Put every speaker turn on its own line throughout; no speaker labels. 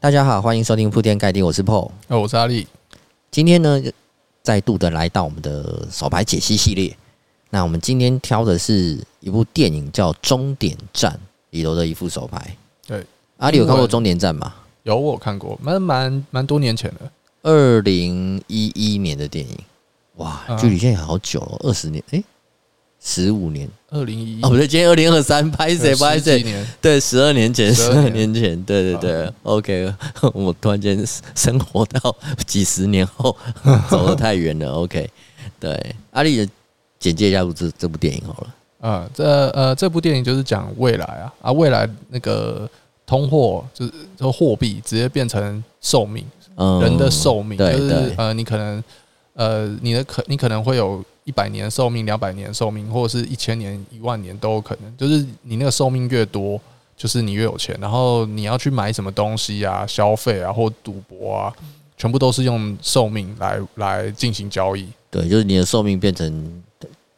大家好，欢迎收听铺天盖地，我是 Paul。
哦，我是阿力。
今天呢，再度的来到我们的手牌解析系列。那我们今天挑的是一部电影叫《终点站》里头的一副手牌。
对，
阿里有看
英
过
文
《终点站》吗？
有我有看过，蛮蛮蛮多年前的。
二零一一年的电影，哇，
嗯
距离现在好久了，二十年，诶、1十五年
二零一
哦，不对，今天二零二三，拍谁拍谁？
年？
对，十二年前，十二
12
年前，对对对、o k 我突然间生活到几十年 后，走得太远了，OK，对，阿丽简介一下这这部电影好了，
啊、这呃，这部电影就是讲未来啊啊，未来那个通货就是就货币直接变成寿命，
嗯，
人的寿命、
对
就是
对，
呃，你可能呃，你的可你可能会有一百年寿命、两百年寿命，或者是一千年、一万年都有可能。就是你那个寿命越多，就是你越有钱。然后你要去买什么东西啊、消费啊或赌博啊，全部都是用寿命来来进行交易。
对，就是你的寿命变成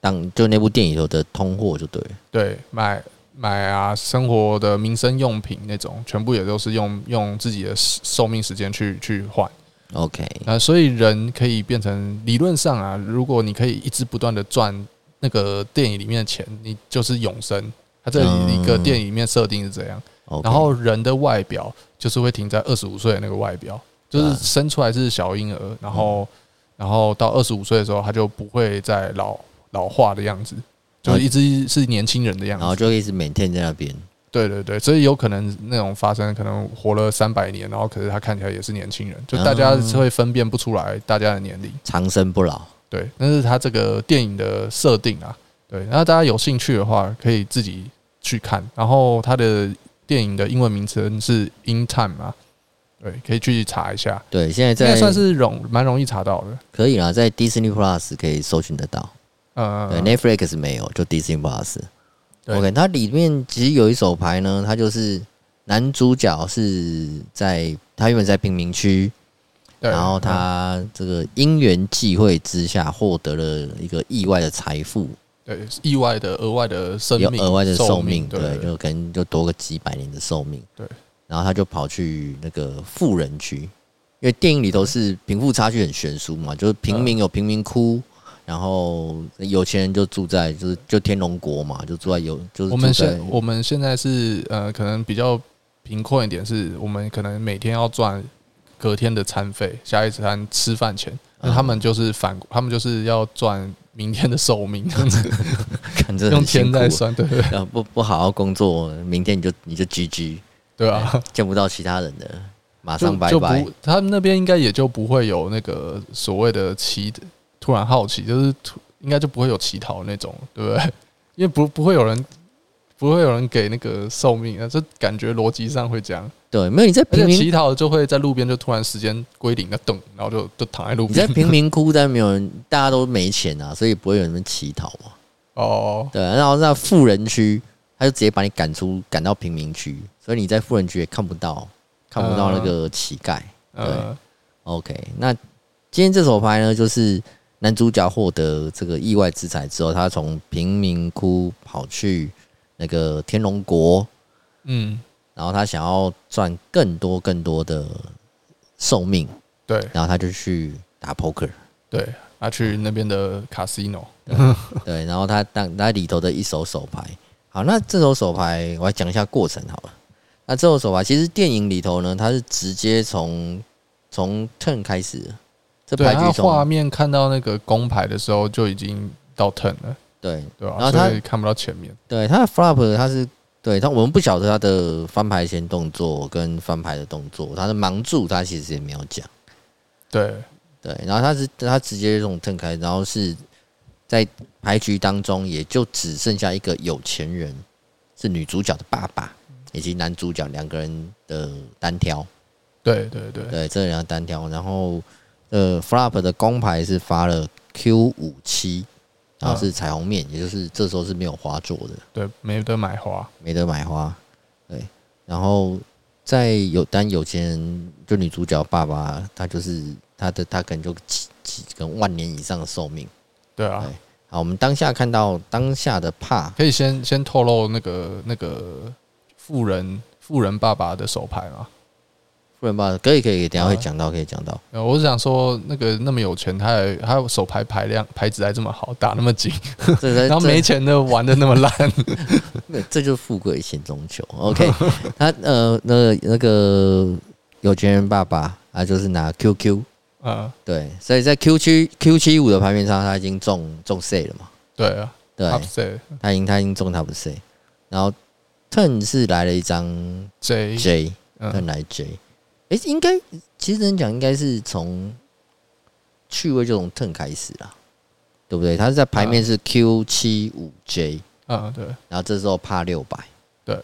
当就那部电影里头的通货就对了，
对，买买啊，生活的民生用品那种，全部也都是用用自己的寿寿命时间去去换。
，OK，
啊，所以人可以变成理论上啊，如果你可以一直不断的赚那个电影里面的钱，你就是永生。它这里一个
嗯
电影里面设定是这样，
o k
然后人的外表就是会停在二十五岁的那个外表，就是
嗯
生出来是小婴儿，然后然后到二十五岁的时候，他就不会再老老化的样子，就是一直是年轻人的样
嗯然后
子。
就一直每天在那边，
对对对，所以有可能那种发生，可能活了三百年，然后可是他看起来也是年轻人，就大家
嗯
是会分辨不出来大家的年龄。
长生不老，
对，但是它这个电影的设定啊，对，那大家有兴趣的话，可以自己去看。然后它的电影的英文名称是《In Time》嘛，对，可以去查一下，
对，现在
应该
在
算是容蛮容易查到的。
可以啦，在 Disney Plus 可以搜寻得到。
呃，
对，Netflix 没有，就 Disney Plus。
对
OK，它里面其实有一手牌呢，它就是男主角是在他原本在贫民区，
对
然后他这个因缘际会之下获得了一个意外的财富，
嗯对意外的额外的生
有
命，
额外的寿
命，对
对，
对
就可能就多个几百年的寿命。
对，
然后他就跑去那个富人区，因为电影里头是贫富差距很悬殊嘛，就是平
嗯
民有平民窟。然后有钱人就住在就是就天龙国嘛，就住在有就是
我们
住在
现我们现在是呃，可能比较贫困一点，是我们可能每天要赚隔天的餐费，下一餐吃饭钱。
嗯
那他们就是反，他们就是要赚明 天的寿命，这样子
看这
用
很辛
钱
苦
在，算，对对对
然后不不好好工作，明天你就你就 GG，
对啊，
见不到其他人的，马
就
上拜
就
拜
不，，他们那边应该也就不会有那个所谓的乞，突然好奇，就是突应该就不会有乞讨那种，对不对？因为不不会有人。不会有人给那个寿命啊，这感觉逻辑上会这样。
对，没有你在
而且
平民
乞讨就会在路边就突然时间归零，那等，然后就就躺在路
你在
边。
贫民窟，但没有人，大家都没钱啊，所以不会有人乞讨嘛，
哦，
对，啊然后在富人区，他就直接把你赶出，赶到贫民区，所以你在富人区也看不到，看不到那个乞丐。
呃，
OK，那今天这手牌呢，就是男主角获得这个意外之财之后，他从贫民窟跑去那个天龙国，
嗯，
然后他想要赚更多更多的寿命，
对
然后他就去打 poker。
对，他去那边的 casino，
对，然后他当他里头的一手手牌。好，那这手手牌我来讲一下过程好了。那这手手牌其实电影里头呢，它是直接从从 turn 开始的，这
对
牌
他
局
画
从
面看到那个公牌的时候就已经到 ten 了，
对
对吧、
然后他
所以看不到前面，
对它的 flop 它是对它我们不晓得它的翻牌前动作跟翻牌的动作，它的盲注它其实也没有讲。
对
对，然后他是他直接从 turn 开，然后是在牌局当中也就只剩下一个有钱人，是女主角的爸爸以及男主角两个人的单挑，
对对对，
对，这两个单挑，然后呃 flop 的公牌是发了 Q 五七，然后是彩虹面，也就是这时候是没有花做的，
对，没得买花，
没得买花，对，然后在有当有钱人，就女主角爸爸，他就是他的他可能就几几可能万年以上的寿命。
对啊，
对好，我们当下看到当下的怕，
可以先先透露那个那个富人富人爸爸的手牌嘛，
富不然吧，可以可以，等一下会讲到，可以讲到。
呃我是想说，那个那么有钱，他还他手牌牌量牌子还这么好，打那么紧，
这个
然后没钱的玩的那么烂，
这这就是富贵险中求。OK，他呃那那个有钱人爸爸他就是拿 QQ，
嗯，
对，所以在 Q 七 Q 七五的牌面上他已经中中 C 了嘛，
对啊
对，
，upset
他已经他已经中 Top C，然后 Turn 是来了一张
J，
J，
嗯
看来 J，哎、应该其实真讲应该是从趣味这种 turn 开始啦，对不对？它是在牌面是 Q 七五 J，
嗯，对
然后这时候怕六百，
对。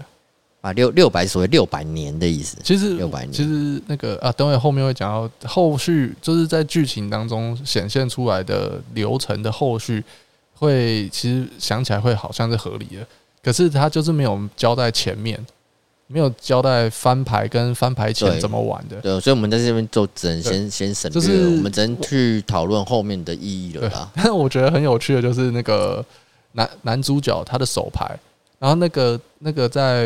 啊六六百所谓六百年的意思，
其实
600年
其实那个啊，等会后面会讲到后续，就是在剧情当中显现出来的流程的后续，会其实想起来会好像是合理的，可是他就是没有交代前面，没有交代翻牌跟翻牌前
对
怎么玩的。
对，所以我们在这边就只能
对
先先省略，
就是
我们只能去讨论后面的啊意义了
对
啦，。
但我觉得很有趣的就是那个男男主角他的手牌，然后那个那个在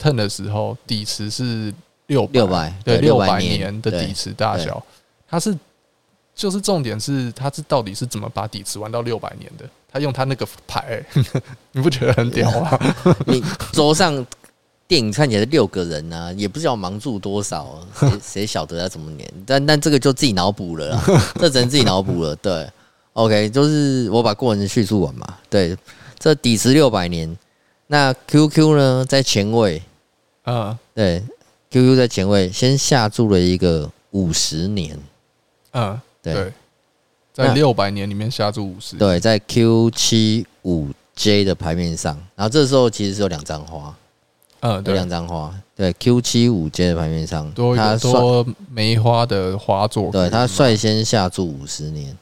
turn 的时候底池是六
六百
对
六
六
百
百
年
年的底池大小，它是就是重点是它是到底是怎么把底池玩到六百年的？他用他那个牌、 你不觉得很屌吗？
你桌上。电影看起来是六个人啊，也不知道盲注多少啊，谁谁晓得要怎么粘？但但这个就自己脑补了啦，啊 这只能自己脑补了。对，OK，就是我把过程叙述完嘛。对，这底池六百年，那 QQ 呢在前位，
嗯
对，QQ 在前位先下注了一个五十年，
嗯，
对
对，在
那
六百年里面下注五十，
对，在 Q 七五 J 的牌面上，然后这时候其实是有两张花，
嗯
有
对，
两张花，对 Q 七五 J 的牌面上，
多一
他
个
算。
多嗯梅花的花座，
对他率先下注五十年，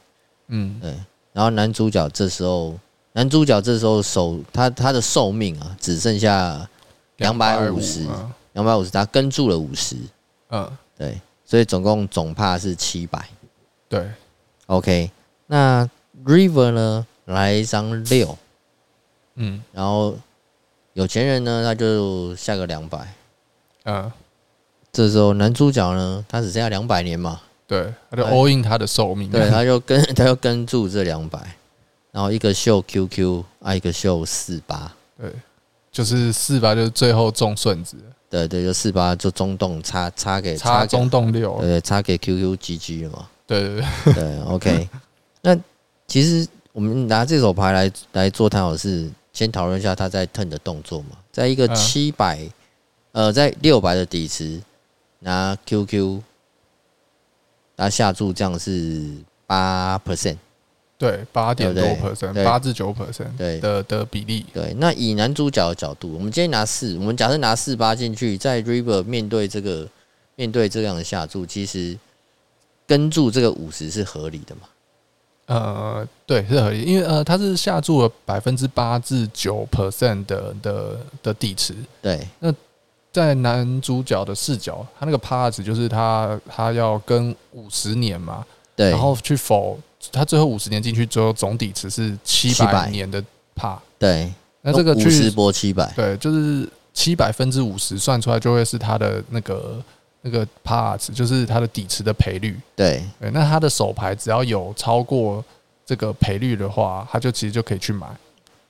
嗯
对，然后男主角这时候，男主角这时候手他他的寿命啊只剩下250
嗯
两百五十，他跟注了五十，
嗯。
对，所以总共总帕是七百。
对，
OK，那 River 呢来一张六，
嗯
然后有钱人呢他就下个两百，
嗯，
这时候男主角呢他只剩下两百年嘛，
对，他就
对
all in 他的寿 命，
哎对，他就跟他就跟注这两百，然后一个秀 QQ 啊一个秀四八。
就是四吧，就是最后中顺子，
对对，就四八就中洞插插给
插
给
中洞六，
对插给 QQGG 了嘛？
对对对，
对，OK。那 其实我们拿这手牌来来做探讨是，先讨论一下他在 turn 的动作嘛，在一个
嗯
七百、呃，在六百的底池拿 QQ，拿下注这样是八 percent，
对，八点多
对不
percent，
对
八至九 percent
对
的的比例，
对，那以男主角的角度，我们今天拿四，我们假设拿四八进去，在 River 面对这个面对这样的下注，其实跟注这个五十是合理的嘛？
呃，对，是合理，因为呃，它是下注了百分之八至九 percent 的的的地池，
对
在男主角的视角，他那个趴子就是他他要跟五十年嘛，
对，
然后去否他最后五十年进去，最后总底池是七
700
百年的趴，
对，
那这个
五十
去
波七百，
对，就是七百分之五十算出来就会是它的那个那个 parts，就是它的底池的赔率。
对
对，那它的手牌只要有超过这个赔率的话，它就其实就可以去买，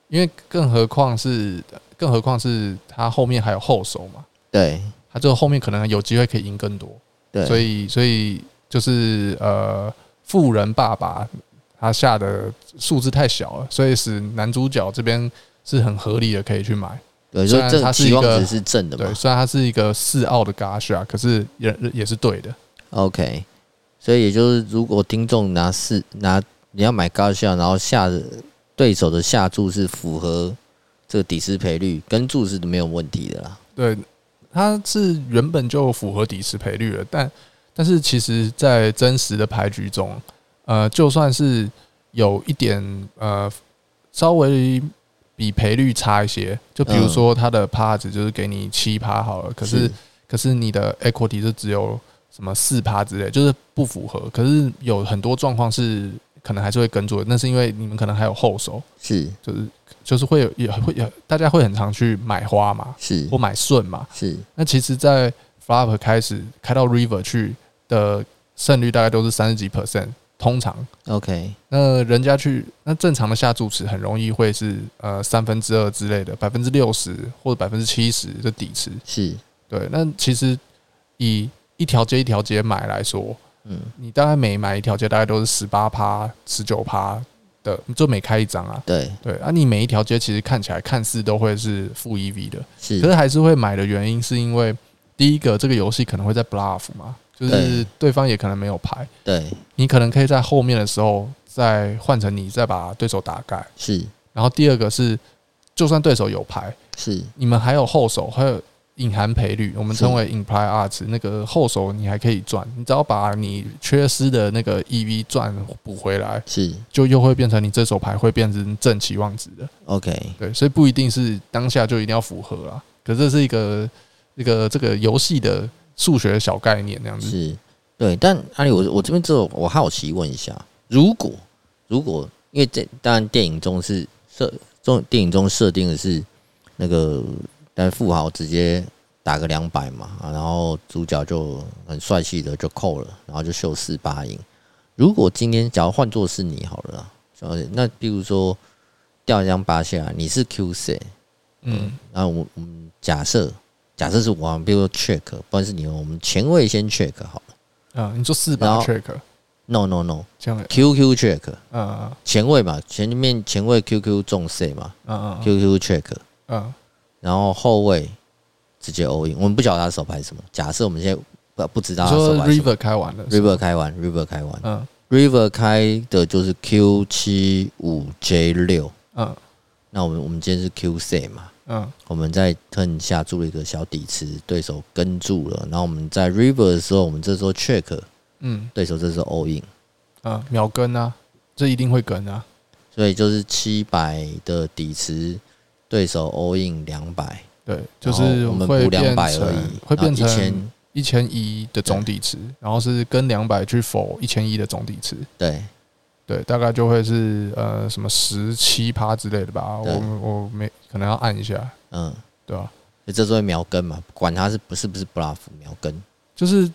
因为更何况是更何况是它后面还有后手嘛，
对
它就后面可能有机会可以赢更多。
对，
所以所以就是呃，富人爸爸他下的数字太小了，所以使男主角这边是很合理的可以去买。
对，所
虽
以
然
这
它
个
是一
期望
个
值是正的
对，
嘛
虽然它是一个四奥的 Gasha，可是也也是对的。
？OK，所以也就是如果听众拿四拿你要买高效，然后下的对手的下注是符合这个底池赔率，跟注是没有问题的啦。
对，它是原本就符合底池赔率了，但但是其实，在真实的牌局中，呃，就算是有一点呃，稍微比赔率差一些，就比如
嗯
说它的趴子就是给你七趴好了，可是
是
可是你的 equity 就只有什么四趴之类，就是不符合。可是有很多状况是可能还是会跟住的，那是因为你们可能还有后手，
是
就是就是会有也会有大家会很常去买花嘛，
是
或买顺嘛。
是，
那其实，在 flop 开始开到 river 去的胜率大概都是三十几 percent，通常。
OK，
那人家去那正常的下注池很容易会是呃三分之二之类的，百分之六十或者百分之七十的底池。
是，
对，那其实以一条街一条街买来说，
嗯，
你大概每买一条街大概都是十八趴、十九趴的，就每开一张啊。
对，
对啊，你每一条街其实看起来看似都会是负 EV 的，
是
可，是还是会买的原因是因为第一个这个游戏可能会在 bluff 嘛，就是
对
对方也可能没有牌，
对，
你可能可以在后面的时候再换成你再把对手打盖。
是，
然后第二个是，就算对手有牌，
是，
你们还有后手，还有隐含赔率，我们
是
称为 imply odds。那个后手你还可以赚，你只要把你缺失的那个 EV 赚补回来，
是
就又会变成你这手牌会变成正期望值的。
，OK，
对，所以不一定是当下就一定要符合啦。可是这是一个一个这个游戏的数学小概念，这样子。
是，对。但阿里，我我这边只有我好奇问一下，如果如果因为这当然电影中是设中电影中设定的是那个，但富豪直接打个两百嘛、啊然后主角就很帅气的就扣了，然后就秀四八赢。如果今天假如换作是你好了啦，小姐，那比如说掉一张八下，你是 Q 谁？
嗯，
那我我们假设假设是我啊们，比如说 check，不管是你，哦我们前卫先 check 好了。
啊，你说四
嗯然
把
后
check
No no no，QQ
这样，
check
嗯
前卫嘛，前面前卫 QQ 重 C 嘛
嗯嗯嗯
，QQ check，
嗯，
然后后卫直接 all in。我们不晓得他手牌是什么，假设我们现在不不知道
你
他手
说
牌是什么。
river 开完了
river 开完，river 开完
嗯
，river 开的就是 Q 七五 J 六。
嗯
那我们我们今天是 Q C 嘛，
嗯
我们在 turn 下做了一个小底池，对手跟住了。然后我们在 river 的时候，我们这时候 check，
嗯
对手这时候 all in，
嗯，秒跟啊，这一定会跟啊，
所以就是七百的底池，对手 all in 两百，
对，就
然
是
后我们
会
补两
变
百而
成
已，
会变
一
成
千，
一千一的总底池，然后是跟两百去否一千一的总底池，
对，
对，大概就会是呃什么十七趴之类的吧，
对
我我没可能要按一下，
嗯，
对吧、
所以这时候会秒跟嘛，管他是不是不是 bluff 秒跟，
就是、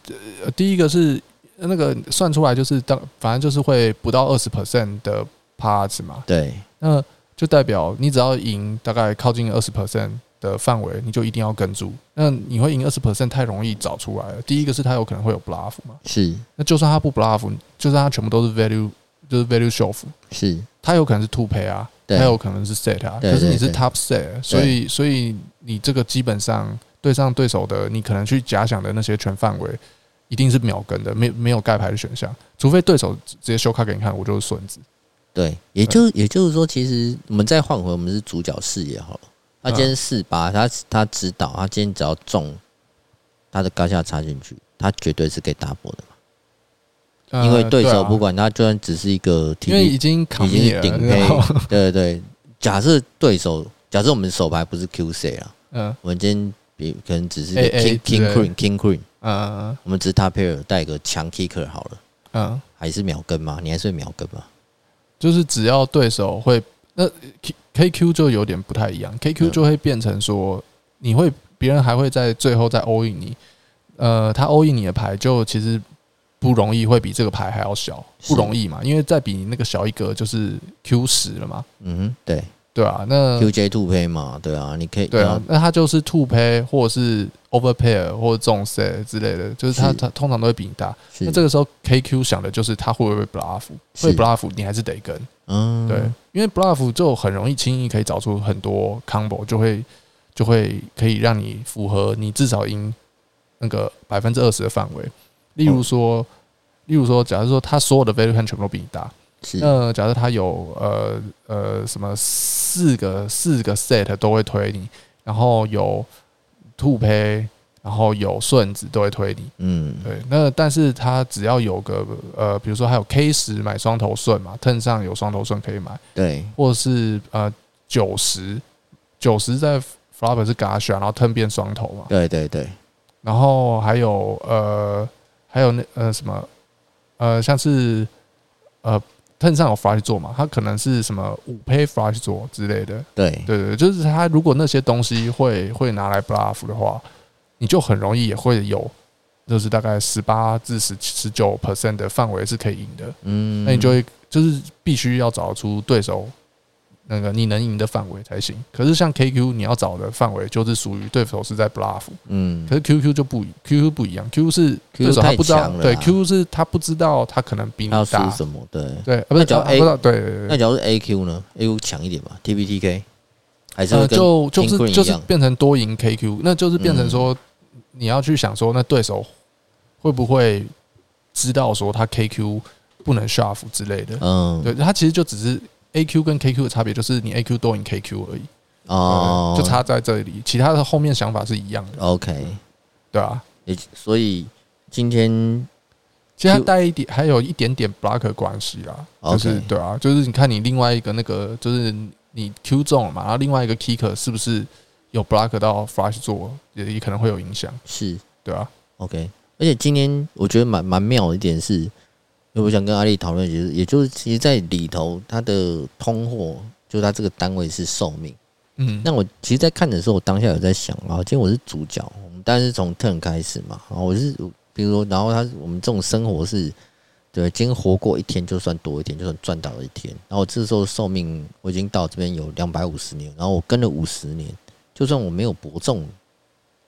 呃、第一个是呃那个算出来就是当反正就是会不到二十 percent 的趴子嘛，
对，
那就代表你只要赢大概靠近二十 percent 的范围，你就一定要跟住。那你会赢二十 percent 太容易找出来了。第一个是它有可能会有 bluff 嘛，
是
那就算它不 bluff，就算它全部都是 value 就是 value shove，
是，
它有可能是 two pay 啊，
对
它有可能是 set 啊，
对
可是你是
对对
top set，所以所以你这个基本上对上对手的，你可能去假想的那些全范围。一定是秒跟的，没没有盖牌的选项，除非对手直接修卡给你看，我就是孙子。
对，也就也就是说，其实我们再换回我们是主角视野好了，他今
嗯
天四八，他他指导，他今天只要中他的高下插进去，他绝对是可以 double 的。
呃
因为对手
啊
不管他，就算只是一个体
因为已
力，
经扛
已经是顶配
然后，
对对对。假设对手，假设我们手牌不是 Q C 啦，
嗯
我们今天比可能只是一个 King
AA
King
之
Queen King Queen，
嗯
我们只是 Top Pair 带个强 Kicker 好了，
嗯，
还是秒跟吗？你还是会秒跟吗？
就是只要对手会那 K K Q 就有点不太一样，K Q
嗯
就会变成说你会别人还会在最后再欧印你，呃，他欧印你的牌就其实不容易会比这个牌还要小，
是
不容易嘛，因为再比你那个小一格就是 Q 十了嘛，
嗯哼，对
对啊，那
，Q J Two Pay 嘛，对啊，你可以
对啊，，那他就是 two pay 或者是 over pair 或者重 set 之类的，就是他
是
他通常都会比你大。
是
那这个时候 KQ 想的就是他会不会 bluff，
是
会 bluff 你还是得跟。
嗯，
对，因为 bluff 就很容易轻易可以找出很多 combo，就会就会可以让你符合你至少赢那个百分之二十的范围。例如说，例如说，假如说他所有的 value hand 全部都比你大，
是
那假设他有呃呃什么四个四个 set 都会推你，然后有兔胚，然后有顺子都会推你。
嗯，
对，那但是他只要有个呃，比如说还有 K 十买双头顺嘛，turn 上有双头顺可以买。
对
或是呃九十，九十在 flop 是 gasha，然后 turn 变双头嘛，
对对对，
然后还有呃还有那呃什么呃像是呃 turn 上有 flush 做嘛，它可能是什么五胚 flush 做之类的，
对
对对，对就是它如果那些东西会会拿来 bluff 的话，你就很容易也会有，就是大概十八至十十九 percent 的范围是可以赢的。
嗯，
那你就会就是必须要找出对手那个你能赢的范围才行。可是像 KQ，你要找的范围就是属于对手是在 bluff，
嗯
可是 QQ 就不一 QQ 不一样，QQ 是
QQ
对手他不知
太
道
强，了
对
啦
QQ 是他不知道他可能比你
他要输
大，
什么？对，
对，啊不
那
是
只要
他
A-
不知道，对对
那
对，
假如是 AQ 呢？AQ 强一点吧，TPTK 还是会
呃，
跟
就就
King Queen
是
一
就是
样嗯
变成多赢 KQ，那就是变成说你要去想说，那对手会不会知道说他 KQ 不能 shove 之类的，
嗯
对，它其实就只是 AQ 跟 KQ 的差别，就是你 AQ 多赢 KQ 而已，
哦，
就差在这里，其他的后面想法是一样的，
OK，
对啊。
也所以今天
其实它
Q-
带一点，还有一点点 block 关系啦，就
OK
是对啊，就是你看你另外一个那个，就是你 Q 中了嘛，然后另外一个 kicker 是不是有 block 到 flush 做，也也可能会有影响，
是
对啊。
OK，而且今天我觉得蛮蛮妙的一点是，因为我想跟阿丽讨论，就是也就是其实，在里头它的通货，就它这个单位是寿命。
嗯，
那我其实，在看的时候，我当下有在想啊，今天我是主角，我们当然是从 turn 开始嘛，然后我是比如说，然后他我们这种生活是，对，今天活过一天就算多一天，就算赚到了一天。然后我这时候寿命我已经到这边有两百五十年，然后我跟了五十年，就算我没有伯仲，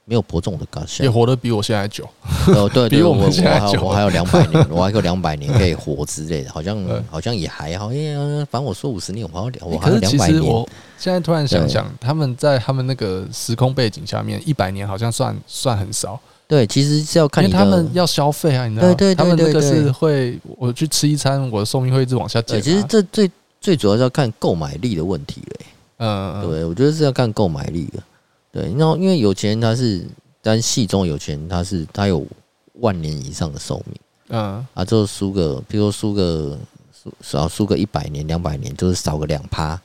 没有伯仲我的高下
也，活得比我现在久，
哦，对
比
对，
我
我
们
我
现在
还有
久
我还有两百 年，我还有两百年可以活之类的，好像
对
好像也还好，因为反正我说五十年，我还有两哦我还有
可是
两
其
百
实
年
我现在突然想
对
想，他们在他们那个时空背景下面，一百年好像算算很少，
对，其实是要看
因
你
为
的
他们要消费啊，你知道吗？
对对对
他们那个
对对
是会，我去吃一餐，我的寿命会一直往下
对，
减、啊。
其实这最最主要是要看购买力的问题了、
嗯，
对
嗯，
不
嗯
对？我觉得是要看购买力的。对，然后因为有钱人他是，但戏中有钱人他是他有万年以上的寿命
嗯，
啊，就输个，譬如说输个输少输个一百年两百年，就是少个两趴，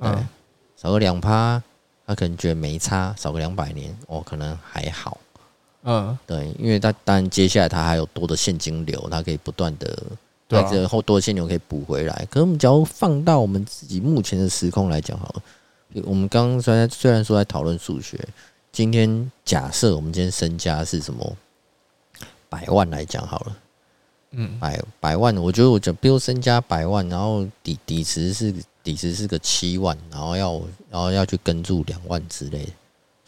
嗯，
少个两趴，他可能觉得没差，少个两百年哦，可能还好。
嗯，
对，因为他当然接下来他还有多的现金流，他可以不断的
对
那
啊，
这后多的现金流可以补回来。可是我们只要放到我们自己目前的时空来讲好了，我们刚刚虽然虽然说在讨论数学，今天假设我们今天身家是什么百万来讲好了，
嗯，
百百万，我觉得我讲，比如身家百万，然后底底池是底池是个七万，然后要然后要去跟住两万之类的，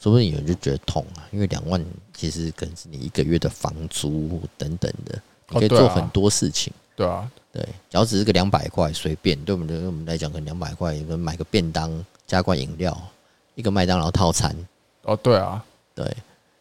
说不定有人就觉得痛啊，因为两万其实可能是你一个月的房租等等的，你
哦
可以
对
做
啊
很多事情。
对啊，
对，只要只是个两百块，随便对我们对我们来讲，可能两百块，你们买个便当加罐饮料，一个麦当劳套餐，
哦，对啊，
对，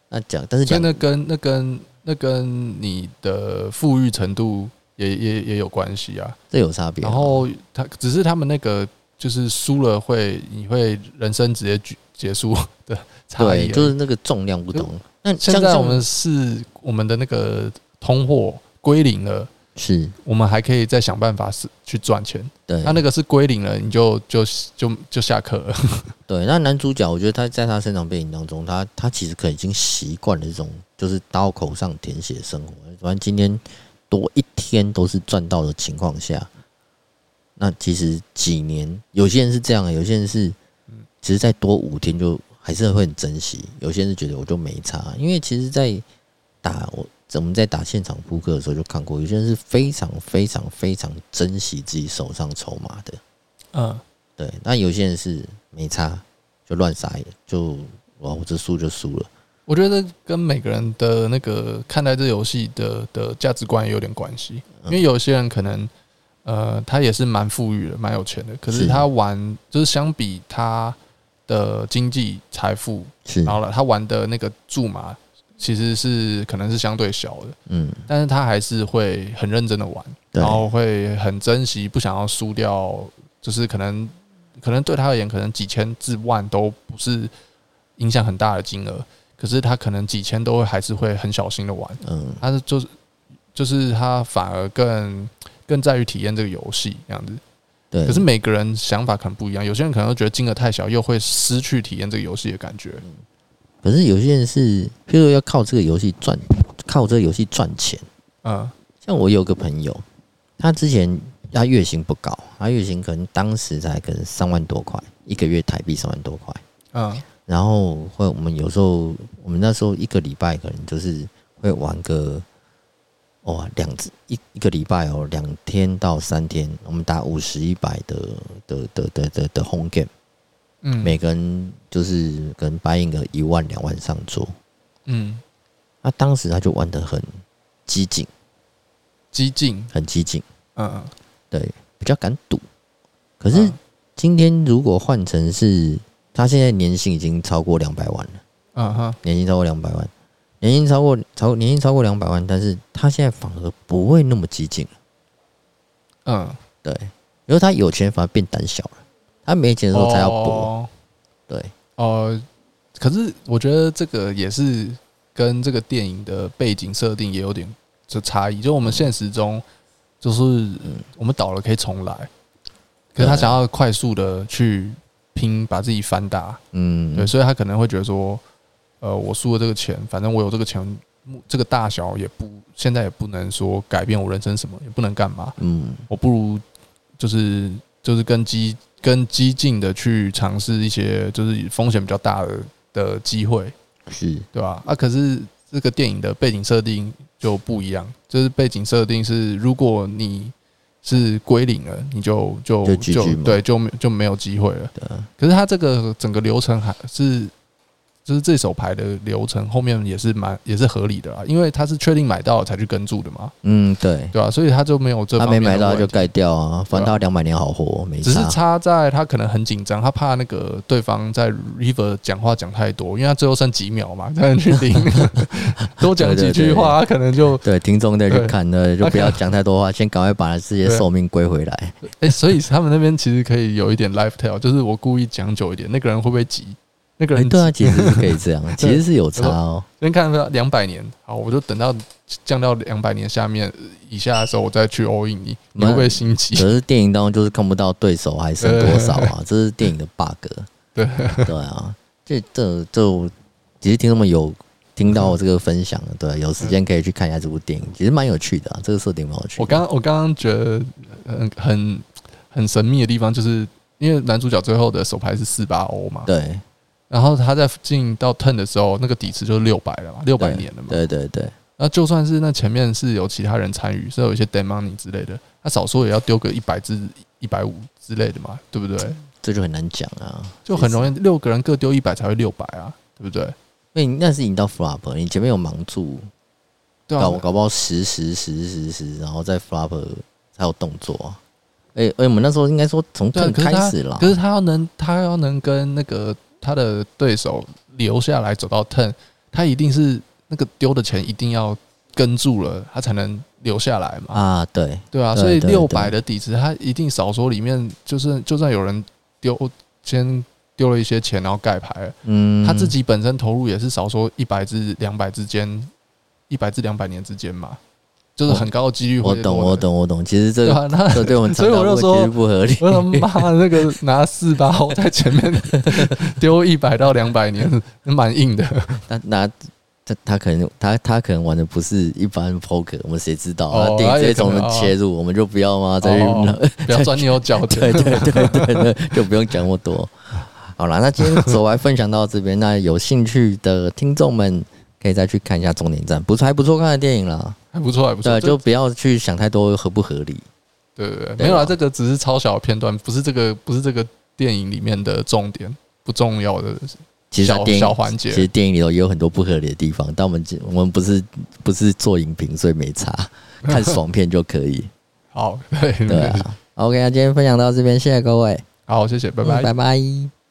那讲但是
所
讲
以那跟那跟那跟你的富裕程度也也也有关系啊。
这有差别啊。
然后他只是他们那个就是输了会，你会人生直接结结束的差
对，
异。
就是那个重量不
就
同。那
现
像
在
像
我们是我们的那个通货归零了。
是
我们还可以再想办法是去赚钱。
对
那那个是归零了，你就就就就下课了。
对，那男主角我觉得他在他生长背景当中，他他其实可能已经习惯了这种就是刀口上舔血的生活。反正今天多一天都是赚到的情况下，那其实几年，有些人是这样，啊有些人是，其实再多五天就还是会很珍惜。有些人是觉得我就没差，啊因为其实，在打我我们在打现场扑克的时候就看过，有些人是非常非常非常珍惜自己手上筹码的。
嗯，
对，那有些人是没差，就乱撒野，就哇，我这输就输了。
我觉得跟每个人的那个看待这游戏的的价值观也有点关系，因为有些人可能呃，他也是蛮富裕的，蛮有钱的，可是
是
他玩就是相比他的经济财富，
是
然，后呢，他玩的那个注码其实是可能是相对小的，
嗯，
但是他还是会很认真的玩。
对
然，后会很珍惜，不想要输掉，就是可能可能对他而言，可能几千至万都不是影响很大的金额，可是他可能几千都会还是会很小心的玩，
嗯，
他是就是就是他反而更更在于体验这个游戏这样子。
对。
可是每个人想法可能不一样，有些人可能会觉得金额太小，又会失去体验这个游戏的感觉。
可是有些人是，譬如说要靠这个游戏赚，靠这个游戏赚钱。
嗯
像我有个朋友，他之前他月薪不高，他月薪可能当时才可能三万多块一个月，台币三万多块。
嗯
然后会我们有时候我们那时候一个礼拜可能就是会玩个哇两次一一个礼拜哦两天到三天，我们打五十一百的的的的的的 home game，、
嗯，
每个人就是可能答应个一万两万上桌，
嗯
那、当时他就玩的很激进，
激进，
很激进，
嗯
比较敢赌。可是
嗯
今天如果换成是他现在年薪已经超过两百万了。
嗯哼，
年薪超过两百万，年薪超过超年薪超过两百万，但是他现在反而不会那么激进了，
嗯，
对，因为他有钱反而变胆小了，他没钱的时候才要搏，
哦
对，
哦，可是我觉得这个也是跟这个电影的背景设定也有点这差异，就我们现实中就是呃我们倒了可以重来，可是他
对
想要快速的去拼，把自己反打，
嗯，
对，所以他可能会觉得说，呃，我输了这个钱，反正我有这个钱，这个大小也不现在也不能说改变我人生什么，也不能干嘛，
嗯，
我不如就是就是跟激跟激进的去尝试一些就是风险比较大的的机会，
是，
对吧、啊？可是这个电影的背景设定就不一样，就是背景设定是如果你是归零了，你就就
就 GG 嘛
对就没就没有机会了。
对啊，
可是他这个整个流程还是。就是这手牌的流程后面也是蛮也是合理的啊，因为他是确定买到了才去跟注的嘛，
嗯，对，
对吧、所以他就没有这
他
方
没
面的
买到
问
就
题
盖掉啊，反正他两百年好活，没
只是
差，
差在他可能很紧张，他怕那个对方在 River 讲话讲太多，因为他最后剩几秒嘛， 才能去领， 多讲几句话，他可能就
对，听众在去
对
看的就
他
不
可
要讲太多话，先赶快把这些
对啊
寿命归回来，
哎、所以他们那边其实可以有一点 l i f e tell，就是我故意讲久一点，那个人会不会急？那个
哎
人
对啊，其实是可以这样，其实是有差哦，
先看到两百年，好，我就等到降到两百年下面呃以下的时候，我再去 all in 你，你会不会心急？
可是电影当中就是看不到对手还剩多少啊，这是电影的 bug。
对，
对啊，这这这，其实听众们有听到我这个分享的，对，啊有时间可以去看一下这部电影，其实蛮有趣的、啊，这个设定蛮有趣的。
我刚我刚刚觉得很很很神秘的地方，就是因为男主角最后的手牌是四八欧嘛，
对
然后他在进到 ten 的时候，那个底池就是六百了嘛，六百年了嘛。
对对对，
那就算是那前面是有其他人参与，是有一些 dead money 之类的，他少说也要丢个一百至一百五之类的嘛，对不对？
这就很难讲啊，
就很容
易。
易六个人各丢一百才会六百啊，对不对？
因为你那是你到 flop，你前面有盲注，
对啊
搞，搞不好十十十十十，然后再 flop 才有动作啊。哎、哎、我们那时候应该说从
对啊，
正
可是
开
他
始啦
可，是他要能他要能跟那个他的对手留下来走到 ten，他一定是那个丢的钱一定要跟住了，他才能留下来嘛。
啊，对，
对啊，
对
所以
对
六百的底子，它一定少说里面就是，就算有人丢先丢了一些钱，然后盖牌了，
嗯，
他自己本身投入也是少说一百至两百之间，一百至两百年之间嘛，就是很高的几率会
我懂，我
落
懂，我懂。其实这
的，对
个、
啊，那
这对我们
所以
参考
我就
过其实
说
不合理。
我他妈那个拿四八后在 前面丢一百到两百年，蛮 硬的。
他拿他他可能他他可能玩的不是一般 poker，我们谁知道啊？
哦
电影
他
直
也
接从我
可能
们切入，我们就不要嘛，再去、
哦不要钻牛角尖。
对对对对对， 就不用讲那么多。好啦，那今天走完分享到这边，那有兴趣的听众们可以再去看一下《终点站》，不错，还不错看的电影啦。
还不错，还不错
对，。啊就不要去想太多合不合理。
对对对，
对
没有啊
吧
啦，这个只是超小的片段，不是这个，不是这个电影里面的重点，不重要的
其实它
小
电影
小环
其实
节。
电影里头也有很多不合理的地方，但我们我们不是不是做影评，所以没 差，看爽片就可以。
好，对
对啊
对，
啊。OK，那今天分享到这边，谢谢各位，
嗯好，谢谢，拜
嗯。
拜
拜拜。